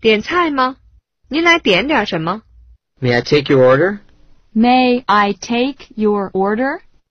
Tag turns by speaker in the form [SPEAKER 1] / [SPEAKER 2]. [SPEAKER 1] 点菜吗？您来点点什么？
[SPEAKER 2] May I take your order?
[SPEAKER 3] May I take your order?